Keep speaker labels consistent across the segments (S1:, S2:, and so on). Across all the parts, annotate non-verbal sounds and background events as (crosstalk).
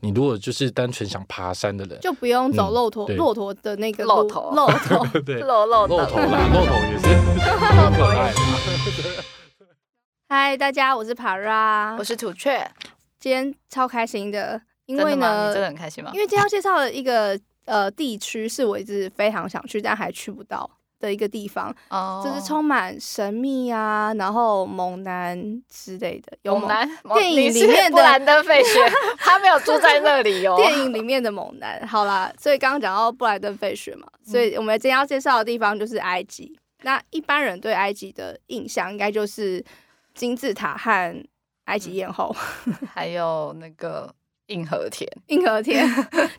S1: 你如果就是单纯想爬山的人，
S2: 就不用走
S1: 嗯
S2: 骆驼
S1: 对
S2: 骆驼的那个
S3: 骆
S2: 路
S3: 驼
S2: 骆驼。
S1: 对，
S3: 露露
S1: 露
S3: 的
S1: 头啦，露头也是 (laughs) 很可爱啦。
S2: 嗨，大家，我是 Para，
S3: (laughs) 我是土雀，
S2: 今天超开心的，因
S3: 真
S2: 为
S3: 的吗？
S2: 呢
S3: 你真，的很开心吗
S2: 因？为今天要介绍的一个呃地区是我一直非常想去但还去不到的一个地方，
S3: 哦
S2: 就是充满神秘啊，然后猛男之类的，有
S3: 猛男猛
S2: 电影
S3: 你是
S2: 里面的
S3: 布兰登费 (laughs) 雪，他没有住在那里 (laughs) 哦。
S2: 电影里面的猛男。好啦，所以刚刚讲到布莱登费雪嘛，所以我们今天要介绍的地方就是埃及。那一般人对埃及的印象应该就是金字塔和埃及艳后、 (laughs)
S3: 还有那个硬核田，
S2: 硬核天，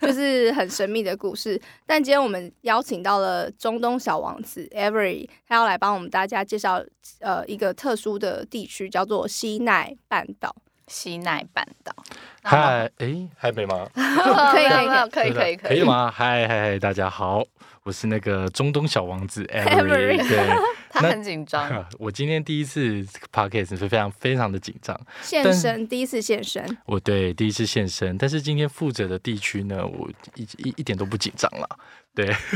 S2: 就是很神秘的故事。但今天我们邀请到了中东小王子 Avery，他要来帮我们大家介绍呃一个特殊的地区，叫做西奈半岛。
S3: 西奈半岛。
S1: 嗨，哎，还没吗？
S3: (laughs) 可 (laughs)
S2: 以可以
S3: 可以可以
S1: 可以了？吗？嗨嗨嗨，大家好，我是那个中东小王子
S2: Avery
S1: Avery。对，
S3: 他
S1: 那
S3: 很
S1: (laughs)
S3: 紧张，
S1: 我今天第一次 podcast 是非常非常的紧张，
S2: 现
S1: 但
S2: 身第一次现身，
S1: 我对第一次现身，但是今天负责的地区呢，我一一一点都不紧张了。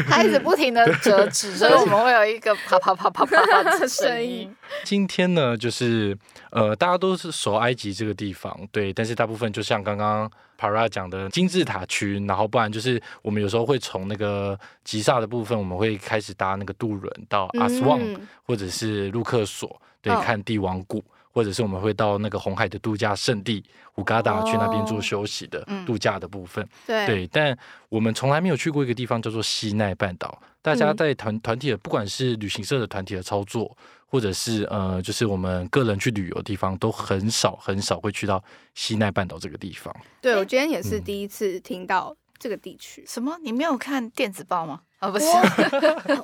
S3: 他一直不停的折纸，所以我们会有一个啪啪啪啪啪啪的声音。
S1: 今天呢，就是呃，大家都是熟埃及这个地方，对，但是大部分就像刚刚 Para 讲的金字塔区，然后不然就是我们有时候会从那个吉萨的部分，我们会开始搭那个渡轮到阿斯旺、
S2: 嗯
S1: 或者是路克索，对，
S2: 哦
S1: 看帝王谷。或者是我们会到那个红海的度假胜地胡嘎达去那边
S2: 哦
S1: 做休息的
S3: 嗯
S1: 度假的部分，
S2: 对
S3: 哎
S1: 对，但我们从来没有去过一个地方叫做西奈半岛。大家
S2: 嗯
S1: 在团团体的，不管是旅行社的团体的操作，或者是呃，就是我们个人去旅游的地方，都很少很少会去到西奈半岛这个地方。
S2: 对，我
S3: 哎
S2: 今天也是
S1: 嗯
S2: 第一次听到这个地
S3: (laughs)
S2: 区。
S3: 什么？你没有看电子报吗？啊，不是，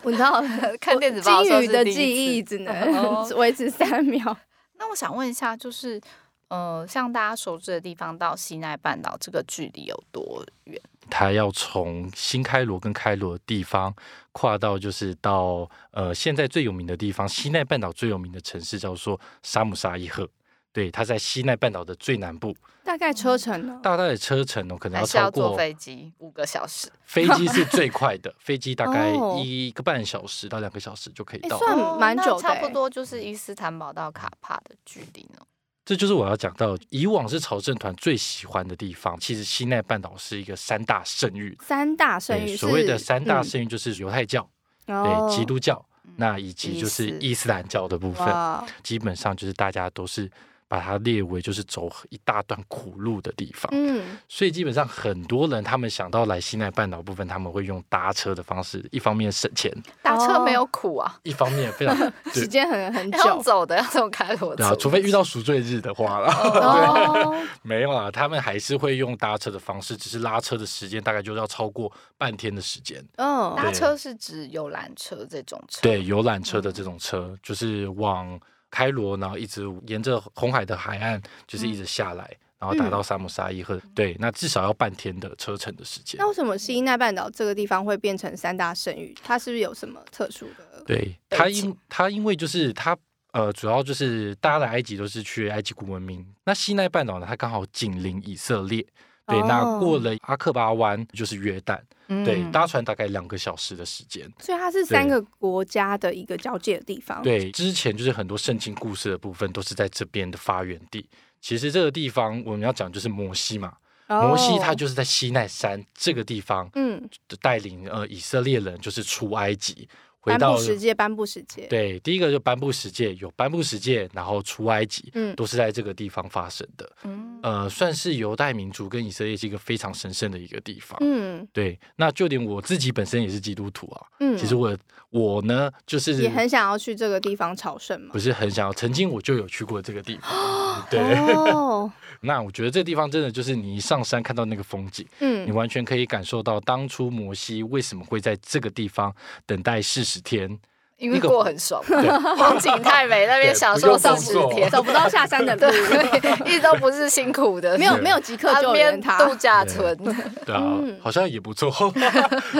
S2: 我知道
S3: 看电子报
S2: 金
S3: 说
S2: 鱼
S3: 是
S2: 的
S3: 第一
S2: 记忆只
S3: (laughs) 哦
S2: 能 (laughs) 维持三秒。
S3: (laughs) 那我想问一下，就是呃，像大家熟知的地方到西奈半岛这个距离有多远？
S1: 它要从新开罗跟开罗的地方跨到，就是到呃现在最有名的地方，西奈半岛最有名的城市叫做沙姆沙伊赫。对，它在西奈半岛的最南部，
S2: 大概车程呢？
S1: 大概的车程哦，可能
S3: 还
S1: 要
S3: 是
S1: 超
S3: 要
S1: 过
S3: 坐飞机五个小时？
S1: 飞机是最快
S2: (laughs)
S1: 的，飞机大概
S2: 哦
S1: 一个半小时到两个小时就可以
S2: 诶
S1: 到。
S3: 啊
S2: 算蛮
S3: 哦那
S2: 久的
S3: 差不
S2: 欸
S3: 多就是伊斯坦堡到卡帕的距离呢。
S1: 这就是我要讲到，以往是朝圣团最喜欢的地方。其实西奈半岛是一个三大圣域，
S2: 三大圣域
S1: 对
S2: 是嗯
S1: 所谓的三大圣域就是犹太教、
S2: 哦
S1: 对基督教，
S3: 嗯
S1: 那以及就是伊斯兰教的部分，
S2: 哇
S1: 基本上就是大家都是把它列为就是走一大段苦路的地方。
S2: 嗯，
S1: 所以基本上很多人他们想到来西奈半岛部分，他们会用搭车的方式，一方面省钱，
S3: 打车
S2: 哦
S3: 没有苦啊，
S1: 一方面非
S2: (laughs)
S1: 常对
S2: 时间很
S3: (laughs)
S2: 很
S3: 要用
S2: 久。
S3: 走的，要从开罗
S1: 对啊
S3: 走，，
S1: 除非遇到赎罪日的话 (laughs) 啦，
S2: 哦，
S1: 没有啦，他们还是会用搭车的方式，只是拉车的时间大概就要超过半天的时间。
S2: 嗯，
S3: 搭车是指游览车这种车。
S1: 对，游览车的这种车，就是往开罗，然后一直沿着红海的海岸，就是一直下来，然后达到萨姆沙伊和。对，那至少要半天的车程的时间
S2: 那。为什么西奈半岛这个地方会变成三大圣域？它是不是有什么特殊的？
S1: 对
S3: 背
S1: 他
S3: 景
S1: 因他因为就是他呃，主要就是大家来埃及都是去埃及古文明，那西奈半岛呢，它刚好紧邻以色列。对，
S2: 哦
S1: 那过了阿克巴湾就是约旦，
S3: 嗯
S1: 对，搭船大概两个小时的时间。
S2: 所以它是三个国家的一个交界的地方。，
S1: 对，之前就是很多圣经故事的部分都是在这边的发源地。其实这个地方我们要讲就是摩西嘛，摩西他就是在西奈山这个地方
S2: 哦嗯，
S1: 带领呃以色列人就是出埃及，回
S2: 颁
S1: 到
S2: 布十诫，颁布十诫。
S1: 对第一个就颁布十诫，有颁布十诫，然后出埃及，
S2: 嗯
S1: 都是在这个地方发生的。
S3: 嗯，
S1: 呃，算是犹太民族跟以色列是一个非常神圣的一个地方。
S2: 嗯
S1: 对，那就连我自己本身也是基督徒啊，
S2: 嗯，
S1: 其实我我呢，就是
S2: 也很想要去这个地方朝圣嘛
S1: 不。是很想要。曾经我就有去过这个地方，对。
S2: 哦，
S1: 那我觉得这地方真的就是你一上山看到那个风景，你
S2: 嗯，
S1: 完全可以感受到当初摩西为什么会在这个地方等待四十天，
S3: 因为
S1: 一个
S3: 过很爽嘛
S1: 对，
S3: 风景太美，那边
S1: 对
S3: 享
S1: 不
S3: 受
S1: 用
S3: 三
S2: 工
S3: 十
S1: 作
S3: 天，
S2: 走不到下山的路，
S3: 对，一直都不是辛苦的，
S2: 没有
S1: 对
S2: 没有即刻
S3: 岸
S2: 救
S3: 边
S2: 援
S3: 度
S2: 他。
S3: 假村，
S1: (laughs) 对啊，
S2: 嗯
S1: 好像也不
S2: (laughs)
S1: 错，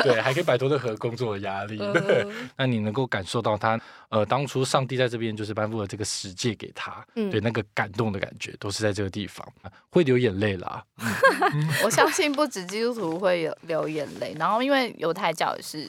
S1: 对，还可以摆脱任何工作的压力。对，
S2: 嗯
S1: (laughs) 那你能够感受到他，呃，当初上帝在这边就是颁布了这个十诫给他，
S2: 嗯
S1: 对，那个感动的感觉都是在这个地方，会流眼泪啦。
S3: 我相信不止基督徒会有流眼泪，然后因为犹太教也是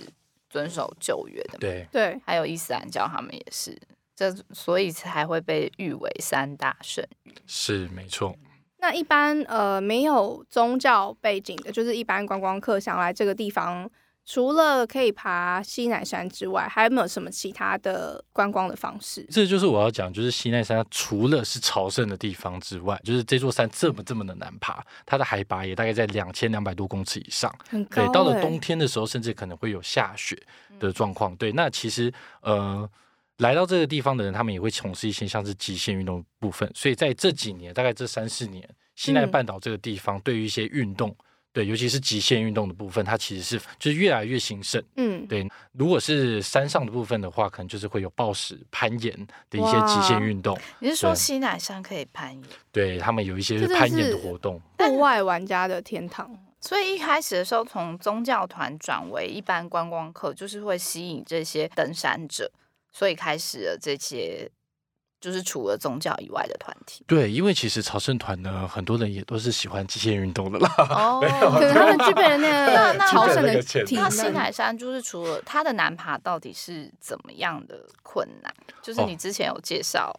S3: 遵守旧约的嘛，
S1: 对，
S2: 对，
S3: 还有伊斯兰教他们也是，这所以才会被誉为三大圣。
S1: 是没错。
S2: 那一般呃没有宗教背景的，就是一般观光客想来这个地方，除了可以爬西乃山之外，还有没有什么其他的观光的方式？
S1: 这就是我要讲，就是西奈山它除了是朝圣的地方之外，就是这座山这么这么的难爬，它的海拔也大概在两千两百多公尺以上。
S2: 很
S1: 对
S2: 高、欸，，嗯
S1: 到了冬天的时候，甚至可能会有下雪的状况。对，那其实呃，来到这个地方的人，他们也会从事一些像是极限运动的部分。所以在这几年，大概这三四年，西奈
S2: 嗯
S1: 半岛这个地方对于一些运动，对，尤其是极限运动的部分，它其实是就是越来越兴盛。
S2: 嗯，
S1: 对，如果是山上的部分的话，可能就是会有暴食、攀岩的一些极限运动，
S3: 你是说
S1: 对
S3: 西乃山可以攀岩？
S1: 对他们有一些
S2: 这真的
S1: 攀岩的
S2: 是
S1: 活动。
S2: 户外玩家的天堂。
S1: (laughs)
S3: 所以一开始的时候，从宗教团转为一般观光客，就是会吸引这些登山者，所以开始了这些就是除了宗教以外的团
S1: (laughs)
S3: 体。
S1: 对，因为其实朝圣团呢，很多人也都是喜欢极限运动的啦。 (laughs)
S3: 哦，
S2: 可能他们具备
S3: (laughs)
S2: 了那
S3: 那
S2: 个
S3: 那
S2: 朝
S3: 具备
S1: 了
S2: 圣
S1: 那
S2: 的
S1: 个潜
S2: 体
S1: 能
S3: 那西
S2: 能。
S3: 乃山就是除了它的难爬到底是怎么样的困难？就是
S1: 哦
S3: 你之前有介绍，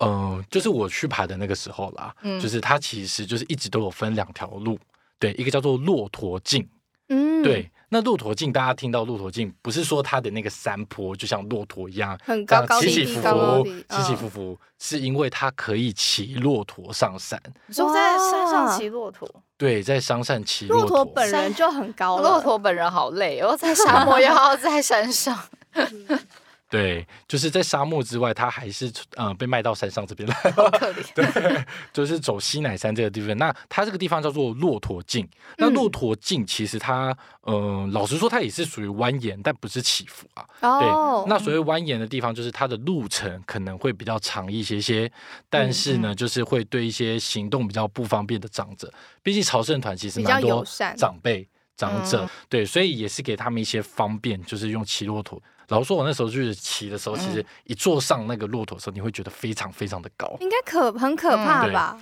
S1: 嗯，就是我去爬的那个时候啦，
S3: 嗯
S1: 就是它其实就是一直都有分两条路，对，一个叫做骆驼径，
S2: 嗯，
S1: 对，，那骆驼径大家听到骆驼径，不是说它的那个山坡就像骆驼一样。
S2: 很
S1: 这
S2: 高
S1: 样
S2: 高
S1: 起
S2: 低
S1: 起
S2: 低，
S1: 伏
S2: 高高
S1: 伏
S2: 低，，
S1: 起起
S2: 嗯
S1: 伏伏，是因为它可以骑骆驼上山。
S3: 你说在山上
S2: 哇
S3: 骑骆
S2: 哦
S3: 驼，
S1: 对，在山上骑
S2: 骆
S1: 骆驼
S2: 驼本人就很高了，
S3: 骆驼本人好累哦，在沙漠又要在山上，
S1: 对，就是在沙漠之外，它还是呃被卖到山上这边来。
S2: (laughs)
S3: 好可怜。
S1: 对，就是走西乃山这个地方。那它这个地方叫做骆驼径。那
S2: 嗯
S1: 骆驼径其实它，嗯、老实说，它也是属于蜿蜒，但不是起伏啊。对，
S2: 哦，
S1: 那所谓蜿蜒的地方，就是它的路程可能会比较长一些些，但是呢，就是会对一些行动比较不方便的长者，毕竟朝圣团其实
S2: 比较
S1: 蛮
S2: 友
S1: 多
S2: 善
S1: 长辈长者，
S3: 嗯
S1: 对，所以也是给他们一些方便，就是用骑骆驼。老实说，我那时候就是骑的时候，其实一坐上那个骆驼的时候，你会觉得非常非常的高，
S2: 应该可很可怕
S1: 嗯对
S2: 吧？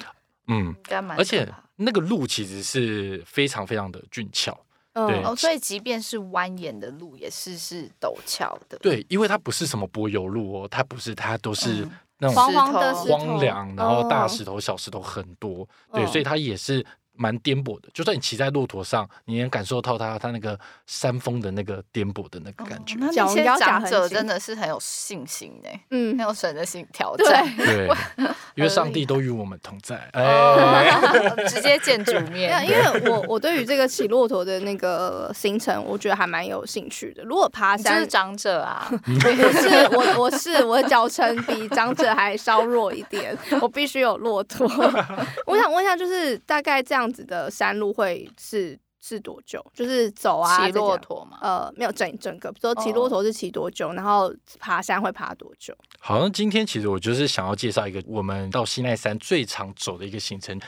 S1: 嗯，
S3: 应该蛮
S1: 而
S3: 可
S1: 且
S3: 怕
S1: 那个路其实是非常非常的俊俏，对
S2: 嗯，
S3: 哦，所以即便是蜿蜒的路，也是是陡峭的。，
S1: 对，因为它不是什么柏油路哦，它不是，它都是
S2: 哦
S3: 嗯
S1: 那种
S2: 黄黄的
S3: 石
S2: 头
S1: 荒凉，然后大
S2: 哦
S1: 石头、小石头很多，对，
S2: 嗯
S1: 所以它也是蛮颠簸的。就算你骑在骆驼上，你能感受到它它那个山峰的那个颠簸的那个感觉。
S3: 那
S2: 脚
S3: 那些
S2: 要夹
S3: 长
S2: 很
S3: 者
S2: 紧
S3: 真的是很有信心呢，
S2: 嗯
S3: (laughs) 很有神的心挑
S2: 对
S3: 战，
S2: (laughs)
S1: 对，因为上帝都与我们同在。哎，
S3: (laughs) 哦，直接见主
S2: 没有，因
S3: 面。
S2: 为我我对于这个骑骆驼的那个行程，我觉得还蛮有兴趣的。如果爬
S3: 你就
S2: 山
S3: 是，长者
S2: (laughs)
S3: 啊，
S2: 我是我我是我的脚程比长者还稍弱一点，我必须有骆
S3: (laughs)
S2: 驼。我想问一下，就是大概这样子的山路会是是多久？就是走啊，
S3: 骑
S2: 这种
S3: 骆。驼哦嘛，
S2: 呃，没有整整个，比如说骑骆驼是骑多久，然后爬山会爬多久？
S1: 好像今天其实我就是想要介绍一个我们到西奈山最常走的一个行程，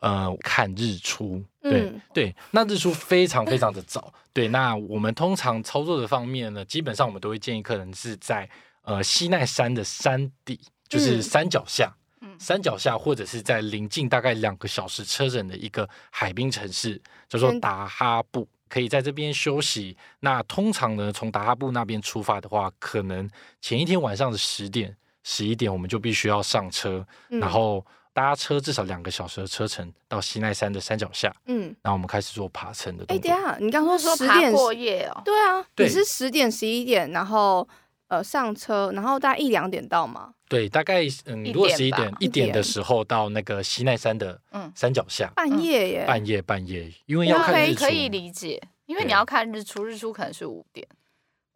S1: 呃，看日出。对、
S2: 嗯
S1: 对，那日出非常非常的
S2: (laughs)
S1: 早。对，那我们通常操作的方面呢，基本上我们都会建议客人是在呃西奈山的山底，就是
S2: 嗯
S1: 山脚下。
S3: 嗯
S1: 山脚下，或者是在临近大概两个小时车程的一个海滨城市，叫做
S2: 嗯
S1: 达哈布，可以在这边休息。那通常呢，从达哈布那边出发的话，可能前一天晚上的十点、十一点，我们就必须要上车，
S2: 嗯
S1: 然后搭车至少两个小时的车程到西奈山的山脚下，
S2: 嗯，
S1: 然后我们开始做爬升的
S2: 哎、
S1: 动作。
S2: 等一下，你刚说
S3: 哦说
S2: 十
S3: 爬
S2: 点
S3: 过夜哦，
S2: 对啊，
S1: 对
S2: 你是十点十一点，然后呃上车，然后大概一两点到吗？
S1: 对，大概嗯，
S3: 一
S1: 如果
S3: 点
S1: 十一
S3: 吧
S1: 点
S2: 一
S1: 一点的
S2: 点
S1: 时候到那个西奈山的
S3: 嗯
S1: 山脚下，
S2: 半夜耶，
S1: 半夜半夜，因为 (laughs) 要
S2: 哇
S3: 可
S1: 看
S3: 以
S1: 日出
S3: 可，以理解，因为你
S1: 对
S3: 要看日出，日出可能是五点。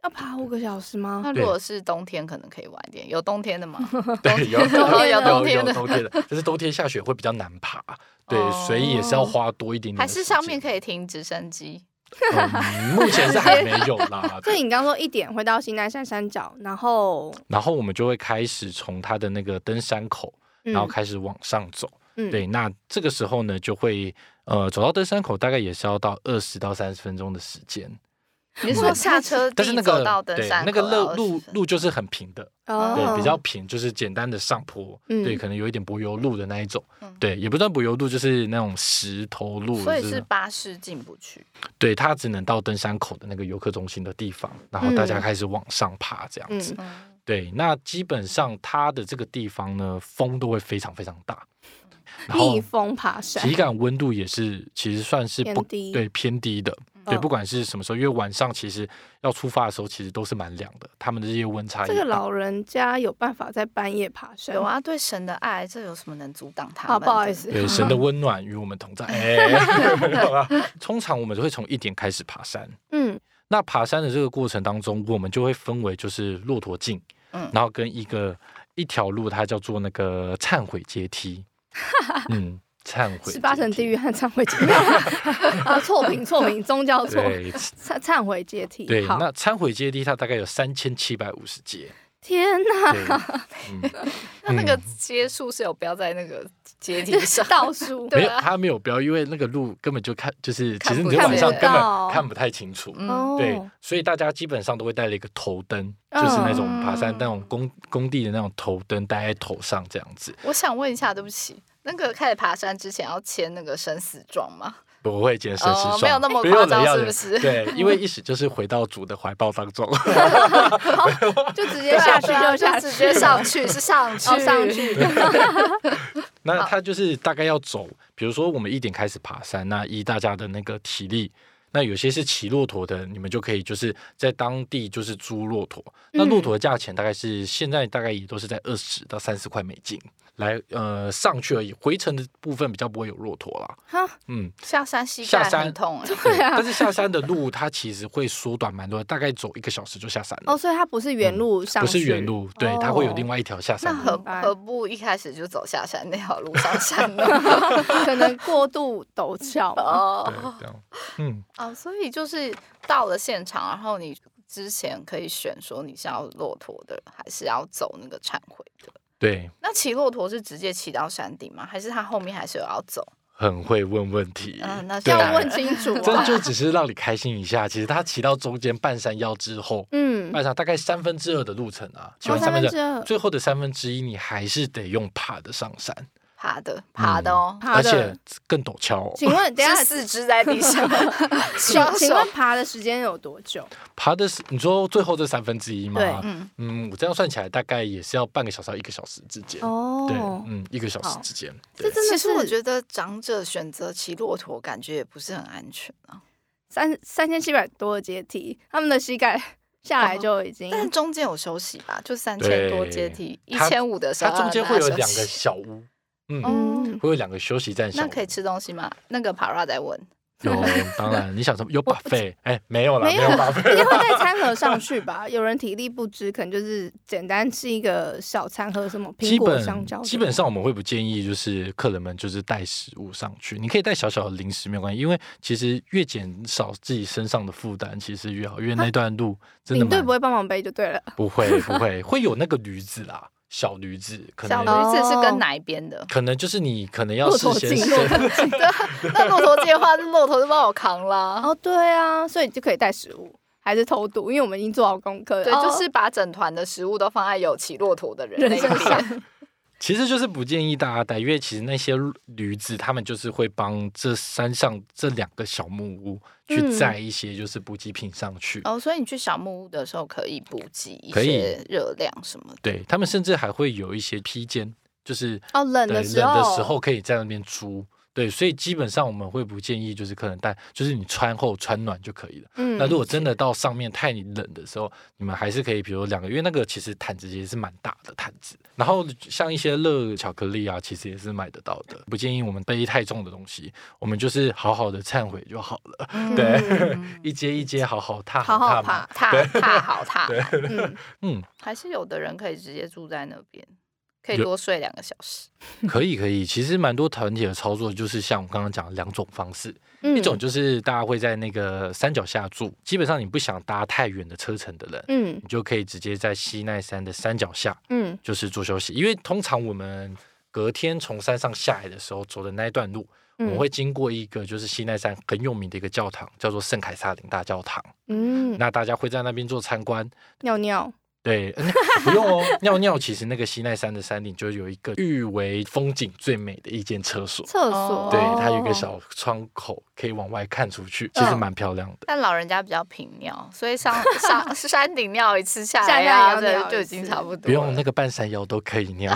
S2: 要爬五个小时吗？。
S3: 那
S1: 对
S3: 如果是冬天，可能可以晚一点。有冬天
S1: (laughs)
S3: 的吗？
S1: 对，有
S3: 有有冬
S1: 有
S3: 天
S1: 有
S3: 的
S1: 冬天的，就是冬天下雪会比较难爬，对
S3: 哦，
S1: 所以也是要花多一点点的
S3: 还
S1: 时
S3: 是
S1: 间。
S3: 上面可以停直升机？
S1: 嗯目前是还没有啦
S2: 所以你刚刚说一点会到西奈山山脚，然后
S1: 然后我们就会开始从它的那个登山口，
S2: 嗯
S1: 然后开始往上走。
S2: 嗯
S1: 对，那这个时候呢，就会呃走到登山口，大概也是要到二十到三十分钟的时间。
S3: (laughs) 你是说下车
S1: 但是
S3: 地
S1: 那
S3: 走
S1: 个
S3: 到登
S1: 对
S3: 山
S1: 那个
S3: 口要
S1: 路路
S3: 20分
S1: 路就是很平的，
S2: 哦
S1: 对，比较平，就是简单的上坡，
S2: 嗯
S1: 对，可能有一点柏油路的那一种
S3: 嗯，
S1: 对，也不算柏油路，就是那种石头路，
S3: 所以
S1: 就是
S3: 巴士进不去，
S1: 对，它只能到登山口的那个游客中心的地方，然后大家
S2: 嗯
S1: 开始往上爬这样子。
S2: 嗯
S3: 嗯，
S1: 对，那基本上它的这个地方呢，风都会非常非常大，
S2: 嗯
S1: 然后
S2: 逆风爬山，
S1: 体感温度也是其实算是不
S2: 偏低嗯
S1: 对偏低的。对，不管是什么时候，因为晚上其实要出发的时候，其实都是蛮凉的，他们的这些温差也
S2: 这个
S1: 大
S2: 老人家有办法在半夜爬山？
S3: 有，啊，对神的爱，这有什么能阻挡他
S2: 好
S3: 们？
S2: 不好意思，
S1: 对，神的温暖与我们
S2: (laughs)
S1: 同在。哎，没有啦通常我们都会从一点开始爬山。
S2: 嗯
S1: 那爬山的这个过程当中，我们就会分为就是骆驼径，
S3: 嗯
S1: 然后跟一个一条路，它叫做那个忏悔阶梯。嗯，忏悔阶梯。
S2: 十八层地狱和忏悔阶梯 (laughs) 啊，错评错评，宗教错
S1: 对
S2: 忏忏悔阶梯。
S1: 对，
S2: 好，
S1: 那忏悔阶梯它大概有三千七百五十阶。
S2: 天哪，，
S1: 对，嗯，
S3: 那那个接触是有不要在那个阶梯上
S2: 倒数
S1: 没
S3: (laughs) 对
S1: 有，
S3: 啊，
S1: 它没有标，因为那个路根本就看，就是其
S3: 看
S1: 实
S3: 不
S1: 你晚上
S3: 见
S1: 根
S2: 到
S1: 本看不太清楚。
S3: 嗯，
S2: 哦，
S1: 对，所以大家基本上都会带了一个头灯，就是那种爬山
S3: 嗯
S1: 那种工工地的那种头灯戴在头上这样子。
S3: 我想问一下，对不起，那个开始爬山之前要签那个生死状吗？
S1: 我会减身
S3: 哦
S1: 时
S3: 没有
S1: 爽，
S3: 那么
S1: 不用
S3: 夸
S1: 了
S3: 张
S1: 要
S3: 是不
S1: 了
S3: 是
S1: (laughs) 对，因为一时就是回到主的怀抱当中。 (laughs)
S2: 就直接下去
S3: 对啊
S2: 就下去，
S3: 直接上去，是上去，
S2: 哦上去，
S1: 那他就是大概要走，比如说我们一点开始爬山，那依大家的那个体力。那有些是骑骆驼的，你们就可以就是在当地就是租骆驼。
S3: 嗯
S1: 那骆驼的价钱大概是现在大概也都是在二十到三十块美金来呃上去而已，回程的部分比较不会有骆驼啦。
S2: 哈，
S1: 嗯，
S3: 下山膝
S1: 下
S3: 盖
S1: 山
S3: 很痛哎、
S1: 对啊，但是下山的路它其实会缩短蛮多的，大概走一个小时就下山了，
S2: 哦，所以它不是原路上
S1: 不
S2: 去，
S1: 是原路，对，它会有另外一条下
S3: 那
S1: 山
S3: 何
S1: 路。
S2: 明白
S3: 何不一开始就走下山那条路上山呢？
S2: (laughs) 可能过度陡峭吧。
S1: 对
S3: 哦，
S1: 这样，嗯，
S3: 哦，所以就是到了现场，然后你之前可以选说你是要骆驼的，还是要走那个忏悔的。
S1: 对，
S3: 那骑骆驼是直接骑到山顶吗？还是他后面还是有要走？
S1: 很会问问题。
S3: 嗯，那
S1: 对
S2: 要
S3: 当然
S2: 问清楚、
S1: (laughs) 这
S2: 啊，
S1: 就只是让你开心一下。其实他骑到中间半山腰之后，
S2: 嗯，
S1: 半山大概三分之二的路程啊，骑
S2: 哦
S1: 完三分之
S2: 三分之
S1: 二，
S2: 二
S1: 最后的三分之一你还是得用爬的上山，
S3: 爬的爬的哦，
S2: 爬
S1: 而
S2: 的
S1: 且更陡峭哦、
S2: 请问，嗯等一
S3: 是
S2: 下，
S3: 四肢在地上，
S2: (laughs) 请
S3: 双
S2: 请
S3: 手
S2: 问爬的时间有多久？
S1: 爬的是你说最后这三分之一吗？
S2: 对
S1: 嗯我这样算起来大概也是要半个小时到一个小时之间。对，
S2: 哦，
S1: 嗯，一个小时
S2: 好
S1: 之间。
S2: 这
S1: 对。
S2: 真的
S3: 其实我
S2: 是
S3: 觉得长者选择骑骆驼，感觉也不是很安全啊。
S2: 三三千七百多的阶梯，他们的膝盖下来就已经，
S3: 但中间有休息吧，就三千
S1: 对
S3: 多阶梯，一
S1: 它
S3: 千五的时
S1: 它
S3: 候
S1: 中间会有
S3: 让大家
S1: 两
S3: 休
S1: 个
S3: 息
S1: 小屋，嗯，
S3: 哦
S1: (laughs)
S2: 嗯，
S1: 会有两个休息站小
S3: 那
S1: 屋。
S3: 可以吃东西吗？那个 Para 在问，
S1: 有，当然你想
S2: (laughs)
S1: 什么有 buffet？哎，没有啦，
S2: 没
S1: 没有
S2: 有
S1: buffet。
S2: (laughs) 一定会带餐盒上去吧？有人体力不支，可能就是简单吃一个小餐盒，什么苹
S1: 基
S2: 果、香
S1: 本
S2: 蕉。
S1: 基本，上我们会不建议，就是客人们就是带食物上去，你可以带小小的零食没有关系，因为其实越减少自己身上的负担，其实越好，因为那段路真的
S2: 领队
S1: 蛮
S2: 不会帮忙背就对了。
S1: 不会 (laughs) 不会会有那个驴子啦，小驴子可
S3: 小
S1: 能
S2: 哦
S3: 驴子是跟哪一边的？
S1: 可能就是你可能要
S2: 骆
S1: 事
S2: 驼
S1: 先
S2: 进，骆驼进。
S3: (laughs) 那骆驼的话，骆驼就帮我扛啦。
S2: 哦，对啊，所以就可以带食物，还是偷渡？因为我们已经做好功课了。
S3: (laughs) 对，
S2: 哦
S3: 就是把整团的食物都放在有骑骆驼的人那
S2: 人
S3: 一
S2: 身上
S3: 边。
S1: 其实就是不建议大家带，因为其实那些驴子他们就是会帮这山上这两个小木屋去
S2: 嗯
S1: 载一些就是补给品上去。
S3: 哦，所以你去小木屋的时候可以补给一
S1: 可以
S3: 些热量什么的。
S1: 对他们甚至还会有一些披肩，就是
S2: 哦，冷
S1: 对
S2: 的
S1: 冷
S2: 时候，
S1: 的时候可以在那边租。对，所以基本上我们会不建议就是客人带，就是你穿厚穿暖就可以了。
S2: 嗯，
S1: 那如果真的到上面太冷的时候，你们还是可以，比如两个，因为那个其实毯子也是蛮大的毯子。然后像一些热巧克力啊，其实也是买得到的。不建议我们背太重的东西，我们就是好好的忏悔就好了。
S3: 嗯
S1: 对，
S3: (laughs)
S1: 一阶一阶好好踏，
S2: 好嗯好
S1: 踏
S2: 爬
S1: 嘛。，
S3: 踏踏好踏 (laughs) 满，
S1: (laughs)
S2: 嗯，
S1: 嗯，
S3: 还是有的人可以直接住在那边，可以
S1: 有
S3: 多睡两个小时。
S1: 可以可以。其实蛮多团体的操作就是像我刚刚讲的两种方式，
S2: 嗯
S1: 一种就是大家会在那个山脚下住，基本上你不想搭太远的车程的人，
S2: 嗯
S1: 你就可以直接在西奈山的山脚下
S2: 嗯
S1: 就是做休息，因为通常我们隔天从山上下来的时候走的那一段路，我们
S2: 嗯
S1: 会经过一个就是西奈山很有名的一个教堂，叫做圣凯撒林大教堂。
S2: 嗯，
S1: 那大家会在那边做参观，
S2: 尿尿，
S1: 对， (laughs) 嗯不用哦。尿尿其实那个西奈山的山顶就有一个誉为风景最美的一间厕所，
S2: 厕所，
S1: 对，
S3: 哦
S1: 它有一个小窗口可以往外看出去，其实
S2: 嗯
S1: 蛮漂亮的。
S3: 但老人家比较频尿，所以 (laughs) 上上山顶尿一次下
S2: 下
S3: 来
S2: 来
S3: 呀，
S2: 要
S3: 对
S2: 尿，一
S3: 就已经
S2: 次
S3: 差不多了。
S1: 不用那个半山腰都可以
S2: (laughs)
S1: 尿，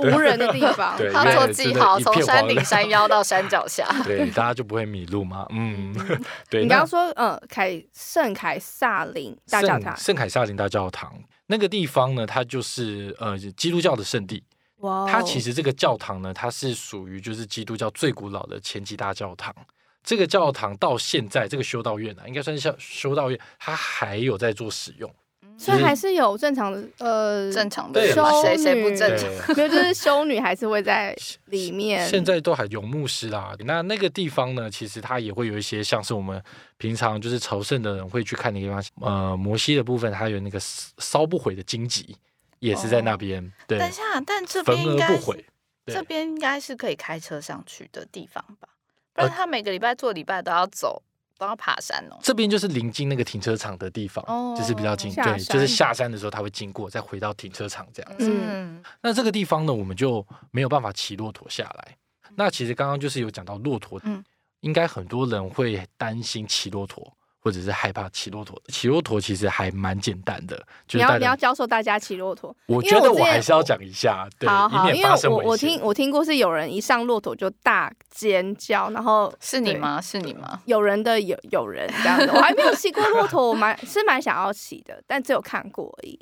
S2: 无人的地方，
S1: (laughs) 对
S3: 他
S1: 因
S3: 做
S1: 为
S3: 记
S1: 真的
S3: 号，
S1: 一
S3: 从
S1: 片
S3: 山
S1: 荒
S3: 顶、
S1: 凉
S3: 山腰到山脚下。
S1: 对，大家就不会迷路嘛。嗯， (laughs) 对。
S2: 你刚
S1: 那
S2: 刚说，呃，凯圣凯撒林大教
S1: 圣，
S2: 堂
S1: 圣凯撒琳大教堂那个地方呢，它就是呃基督教的圣地。
S2: 哇
S3: 哦
S1: 它其
S2: 实
S1: 实这个教堂呢，它是属于就是基督教最古老的前几大教堂。这个教堂到现在，这个修道院啊，应该算是修修道院，它还有在做使用。
S2: 所以
S1: 就是
S2: 还是有正常的，呃，
S3: (laughs) 正常的
S1: 对
S3: 人嘛
S2: 修
S3: 谁谁不
S2: 女
S3: 正
S1: 对，
S3: 常？
S2: 没有，就是修女还是会在里
S1: (laughs)
S2: 面，
S1: 现在都还有牧师啦。那那个地方呢，其实它也会有一些像是我们平常就是朝圣的人会去看的地方。呃，摩西的部分，它有那个烧烧不毁的荆棘，也是在那边。对，
S3: 等一下，哦但这
S1: 焚
S3: 边应
S1: 而
S3: 该
S1: 不
S3: 是
S1: 毁。对
S3: 这边应该是可以开车上去的地方吧？不然
S1: 呃
S3: 他每个礼拜做礼拜都要走，都要爬山哦。
S1: 这边就是临近那个停车场的地方，
S3: 哦
S1: 就是比较近，
S2: 下
S1: 对，
S2: 山
S1: 就是下山的时候他会经过，再回到停车场这样。
S3: 嗯，
S1: 那这个地方呢，我们就没有办法骑骆驼下来。
S2: 嗯
S1: 那其实刚刚就是有讲到骆驼，
S3: 嗯
S1: 应该很多人会担心骑骆驼，或者是害怕骑骆驼。骑骆驼其实还蛮简单的，就是
S2: 你要
S1: 大
S2: 你要
S1: 家，
S2: 教授大家骑骆驼，
S1: 我
S2: 因为
S1: 觉得
S2: 我之
S1: 我还
S2: 前
S1: 是要讲一下，对，
S2: 好好，
S1: 以
S2: 因
S1: 免
S2: 为
S1: 发生
S2: 我
S1: 危险。
S2: 我听我听过是有人一上骆驼就大尖叫，然后
S3: (laughs) 是你
S2: 对
S3: 吗？是你吗？
S2: 有人的有有人这样子，我还没有骑过骆驼，我蛮是蛮想要骑的，但只有看过而已。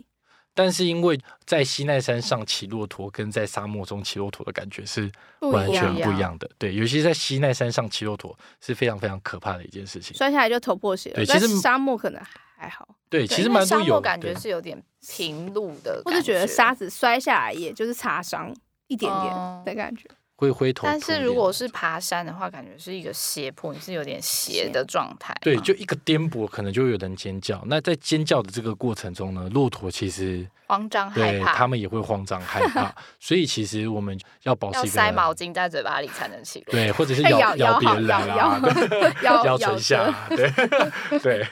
S1: 但是因为在西奈山上骑骆驼跟在沙漠中骑骆驼的感觉是
S2: 不一
S1: 完全
S2: 样
S1: 不一样的，对，尤其在西奈山上骑骆驼是非常非常可怕的一件事情。
S2: 摔下来就头破血流，
S1: 对
S2: 但
S1: 其实
S2: 沙漠可能还好，
S1: 对，其实
S3: 对因为
S1: 蛮多
S3: 沙
S1: 有
S3: 漠感觉
S1: 对啊
S3: 是有点平路的，
S2: 或者觉得沙子摔下来也就是擦伤一点
S3: 哦
S2: 点的感觉。
S1: 会灰头土
S3: 但
S1: 脸，
S3: 是如果是爬山的话，感觉是一个斜坡，你是有点斜
S2: 斜
S3: 的状态嘛。
S1: 对，就一个颠簸，可能就会有人尖叫。那在尖叫的这个过程中呢，骆驼其实
S3: 慌张害
S1: 对他
S3: 怕，
S1: 们也会慌张害
S3: (laughs)
S1: 怕，所以其实我们要保持
S3: 要
S1: 一个
S3: 塞毛巾在嘴巴里才能起落。
S1: 对，或者
S3: (laughs)
S1: 是
S2: 哎
S1: 咬
S2: 咬
S1: 咬别
S2: 好
S1: 人
S2: 咬
S1: 啊， (laughs)
S2: 咬
S1: 咬
S2: 咬
S1: 唇
S2: 着
S1: 下啊， (laughs) 对对，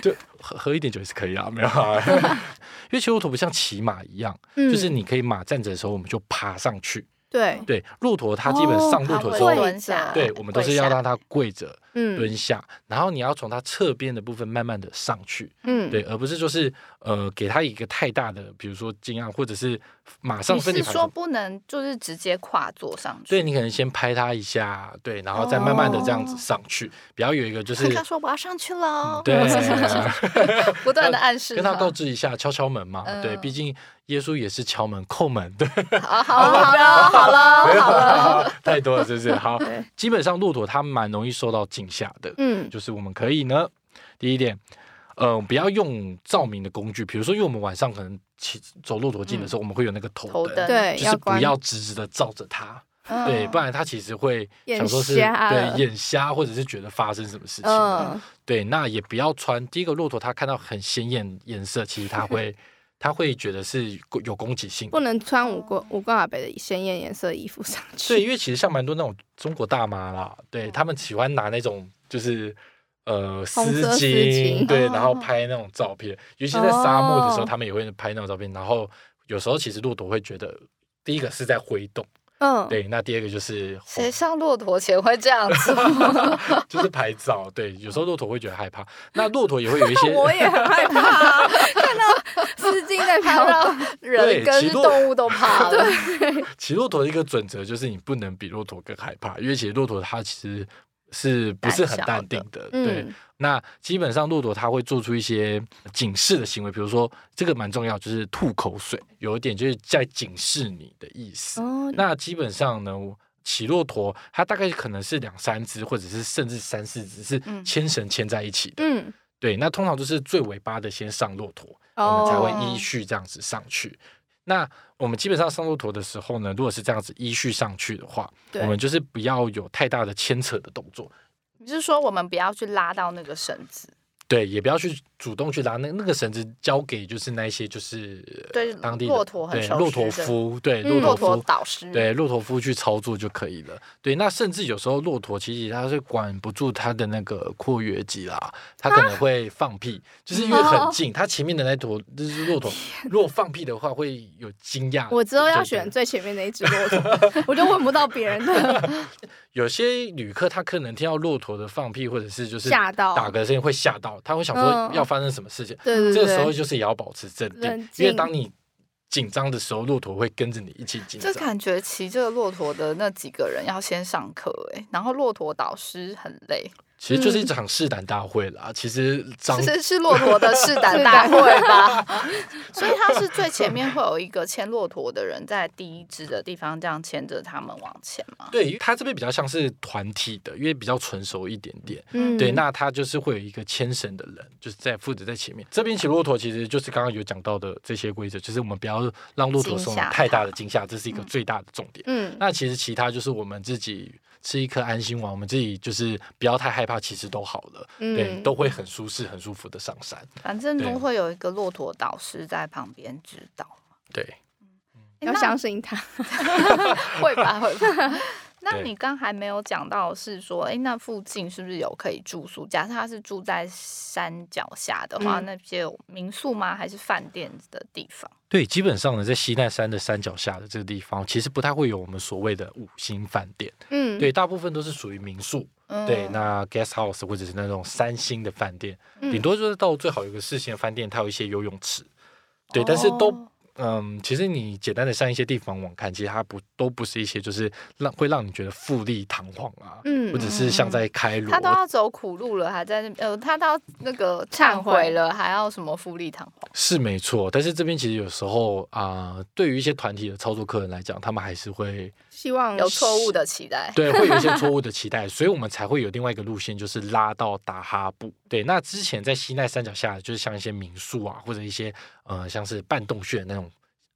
S1: 就喝喝一点酒也是可以啊，没有啊， (laughs) 因为骑骆驼不像骑马一样，
S2: 嗯
S1: 就是你可以马站着的时候，我们就爬上去。
S2: 对，
S1: 对，骆驼它基本
S2: 哦
S1: 上骆
S3: 爬
S1: 驼
S3: 稳
S1: 之后，
S2: 会
S3: 蹲下，
S1: 对我们都
S3: 跪
S1: 是要
S3: 下
S1: 让它跪着
S2: 嗯
S1: 蹲下，然后你要从它侧边的部分慢慢的上去，
S2: 嗯，
S1: 对，而不是就是呃给它一个太大的，比如说惊讶，或者是马上
S3: 你
S1: 身体
S3: 是
S1: 反
S3: 说
S1: 应。
S3: 不能就是直接跨坐上去？
S1: 所以你可能先拍它一下，对，然后再慢慢的这样子上去，不要有一个就是嗯
S3: 他哦说我要上去喽，
S1: 对，
S3: 不断的暗示
S1: 跟他告知一下，敲敲门嘛，对，
S3: 嗯
S1: 毕竟耶稣也是敲门、叩门，对，
S3: 啊好
S1: (laughs)
S3: 好了好了好了，
S1: 没有
S3: (laughs)
S1: 啦 (laughs) 太多了，是不是？好
S2: 对，
S1: 基本上骆驼它蛮容易受到惊吓的，
S2: 嗯
S1: 就是我们可以呢，第一点，呃，不要用照明的工具，比如说，因为我们晚上可能骑走骆驼径的时候，我们会有那个头
S3: 头灯
S2: 嗯对，
S1: 就是不
S2: 关嗯
S1: 要直直的照着它，
S3: 嗯
S1: 对，不然它其实会
S2: 眼
S1: 想说是
S2: 瞎
S1: 对
S2: 了
S1: 眼瞎，或者是觉得发生什么事情了。
S2: 嗯
S1: 对，那也不要穿。第一个，骆驼它看到很鲜艳颜色，其实它会它会觉得是有攻击性的
S2: 不。能穿五官五官阿北的鲜艳颜色衣服上去。
S1: 对，因为其实像蛮多那种中国大妈啦，对他们喜欢拿那种就是呃丝
S2: 嗯红色
S1: 巾，
S2: 丝巾嗯
S1: 对，
S3: 哦
S1: 然后拍那种照片，尤其在沙漠的时候，
S2: 哦
S1: 他们也会拍那种照片。然后有时候其实骆驼会觉得，第一个是在挥动，
S2: 嗯，
S1: 对，那第二个就是
S3: 谁上骆驼前会这样
S1: (laughs)
S3: 做？
S1: 就是拍照，对，有时候骆驼会觉得害怕，那骆驼也会有一些。
S2: 我也很害怕啊， (laughs) 看到丝巾在
S3: 还
S2: 飘
S3: 要
S2: 到
S3: 让人跟动物都怕了，
S1: 骑骆驼的一个准则就是你不能比骆驼更害怕，因为其实骆驼它其实是不是很淡定的？对，
S2: 嗯
S1: 那基本上骆驼它会做出一些警示的行为，比如说这个蛮重要，就是吐口水，有一点就是在警示你的意思。
S2: 哦，
S1: 那基本上呢。骑骆驼，它大概可能是两三只，或者是甚至三四只，是
S3: 嗯
S1: 牵绳牵在一起的。
S2: 嗯，
S1: 对，那通常就是最尾巴的先上骆驼，我们才
S2: 哦，
S1: 会依序这样子上去。那我们基本上上骆驼的时候呢，如果是这样子依序上去的话，
S2: 对
S1: 我们就是不要有太大的牵扯的动作，
S3: 你是说我们不要去拉到那个绳子？
S1: 对，也不要去主动去拉那那个绳子，交给就是那一些就是呃
S3: 对
S1: 当地的
S3: 骆驼很
S1: 对
S3: 熟
S1: 骆
S3: 悉
S1: 驼
S3: 的
S1: 夫，对
S2: 嗯
S1: 骆
S3: 骆
S1: 驼
S3: 驼
S1: 夫，
S3: 导师，
S1: 对骆驼夫去操作就可以了。对，那甚至有时候骆驼其实它是管不住它的那个括约肌啦，它可
S2: 啊
S1: 能会放屁，就是
S2: 哦
S1: 因为很近，它前面的那坨就是骆驼，如果放屁的话会有惊讶。
S2: 我之后要
S1: 对
S2: 选
S1: 对
S2: 最前面那一只骆驼， (laughs) 我就闻不到别
S1: (laughs)
S2: 人的
S1: 有些旅客，他可能听到骆驼的放屁，或者是就是
S2: 吓到。
S1: 打嗝声音会吓到，他会想说
S2: 嗯
S1: 要发生什么事情。
S2: 对对
S1: 这
S2: 对，
S1: 个时候就是也要保持镇定
S2: 冷，
S1: 因为
S2: 静
S1: 当你紧张的时候，骆驼会跟着你一起紧
S3: 这
S1: 张。
S3: 感觉骑这个骆驼的那几个人要先上课哎、然后骆驼导师很累，
S1: 其实
S2: 嗯
S1: 就是一场试胆大会啦。其实张
S3: 是是是骆驼的试胆大会
S1: (laughs)
S3: 吧？所以它是最前面会有一个牵骆驼的人在第一只的地方这样牵着他们往前嘛。
S1: 对于他这边比较像是团体的，因为比较成熟一点点。
S2: 嗯
S1: 对，那他就是会有一个牵绳的人，就是在负责在前面。这边骑骆驼其实就是刚刚有讲到的这些规则，就是我们不要让骆驼
S3: 惊
S1: 受
S3: 吓
S1: 太大
S3: 它
S1: 的惊吓，这是一个最大的重点。
S2: 嗯
S1: 那其实其他就是我们自己吃一颗安心丸，我们自己就是不要太害怕，其实都好了，对，
S2: 嗯，
S1: 都会很舒适、很舒服的上山。
S3: 反正
S1: 对
S3: 都会有一个骆驼导师在旁边指导。
S1: 对，
S3: 诶
S2: 要
S3: (laughs) 那
S2: 相信他。
S3: 会吧，会吧。 (laughs) 那
S1: 对
S3: 你刚还没有讲到是说，哎，那附近是不是有可以住宿？假设他是住在山脚下的话，
S2: 嗯
S3: 那些有民宿吗？还是饭店的地方？
S1: 对，基本上呢，在西奈山的山脚下的这个地方，其实不太会有我们所谓的五星饭店，
S2: 嗯，
S1: 对，大部分都是属于民宿，
S3: 嗯
S1: 对，那 guest house 或者是那种三星的饭店，
S2: 嗯
S1: 顶多就是到最好有个四星的饭店，它有一些游泳池，对，但是都
S3: 哦
S1: 嗯，其实你简单的上一些地方网看，其实它不都不是一些就是让会让你觉得富丽堂皇啊，
S2: 嗯
S1: 或者是像在开罗
S3: 他都要走苦路了，还在那呃，他到那个忏悔了，还要什么富丽堂皇？
S1: 是没错，但是这边其实有时候啊、对于一些团体的操作客人来讲，他们还是会
S2: 希望
S3: 有错误的期待。
S1: 对，会有一些错误的期待，所以我们才会有另外一个路线，就是拉到达哈布。对，那之前在西奈山脚下，就是像一些民宿啊，或者一些呃，像是半洞穴那种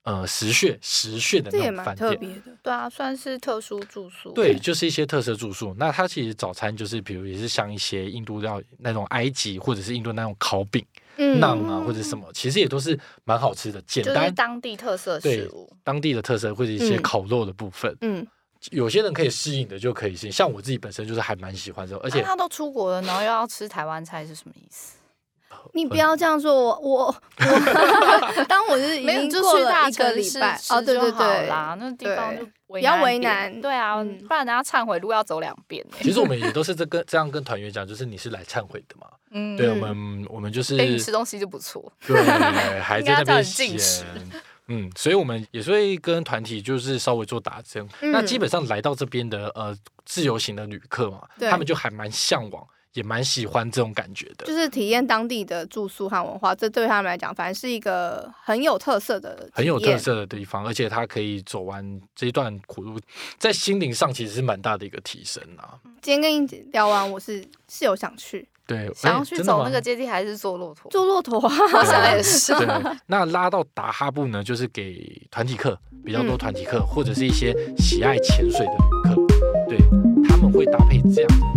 S1: 呃石穴、石穴的
S2: 这也
S1: 那种
S2: 蛮
S1: 饭
S2: 特
S1: 店。
S2: 别的。
S3: 对啊，算是特殊住宿。
S1: 对，就是一些特色住宿。那它其实早餐就是，比如也是像一些印度料那种埃及或者是印度那种烤饼、
S2: 嗯
S1: 馕啊或者什么，其实也都是蛮好吃的，简
S3: 就是
S1: 单
S3: 当地特色
S1: 对
S3: 食物。
S1: 当地的特色或者一些
S2: 嗯
S1: 烤肉的部分。
S2: 嗯，
S1: 有些人可以适应的就可以适应，像我自己本身就是还蛮喜欢这种，而
S3: 而
S1: 且
S3: 啊他都出国了，然后又要吃台湾菜，是什么意思？
S2: 你不要这样说，我我我， (laughs) 当我是已
S3: 没有，
S2: 经
S3: 就
S2: 过
S3: 去
S2: 了
S3: 大
S2: 一个
S3: 城
S2: 礼
S3: 市
S2: 拜
S3: 吃
S2: 哦，对
S3: 就
S2: 对
S3: 好
S2: 对，
S3: 啦，那地方
S2: 对
S3: 就为
S2: 不要为
S3: 一点
S2: 难
S3: 对啊，
S2: 嗯
S3: 不然人家忏悔路要走两遍 (laughs) 欸
S1: 其实我们也都是这跟这样跟团员讲，就是你是来忏悔的嘛。
S3: 嗯，
S1: 对，我们我们就是
S3: 给你吃东西就不错， (laughs)
S1: 对，还在那
S3: 应该叫
S1: 边
S3: 你进食
S1: 闲。嗯，所以我们也是会跟团体就是稍微做打针。那
S2: 嗯
S1: 基本上来到这边的呃自由行的旅客嘛，
S2: 对
S1: 他们就还蛮向往，也蛮喜欢这种感觉的
S2: 就。是体验当地的住宿和文化，这对他们来讲，反正是一个很有特色的体验，
S1: 很有特色的地方，而且它可以走完这一段苦路，在心灵上其实是蛮大的一个提升啊。
S2: 今天跟你聊完，我是是有想去
S1: 对，
S3: 想
S1: 哎
S3: 要去
S1: 真的
S3: 走
S1: 吗
S3: 那个阶梯还是坐骆驼？
S2: 坐骆驼啊，
S3: 我想
S2: (laughs)
S3: 也是，
S1: 对，那拉到达哈布呢，就是给团体课比较多，团体课、或者是一些喜爱潜水的旅客，对他们会搭配这样的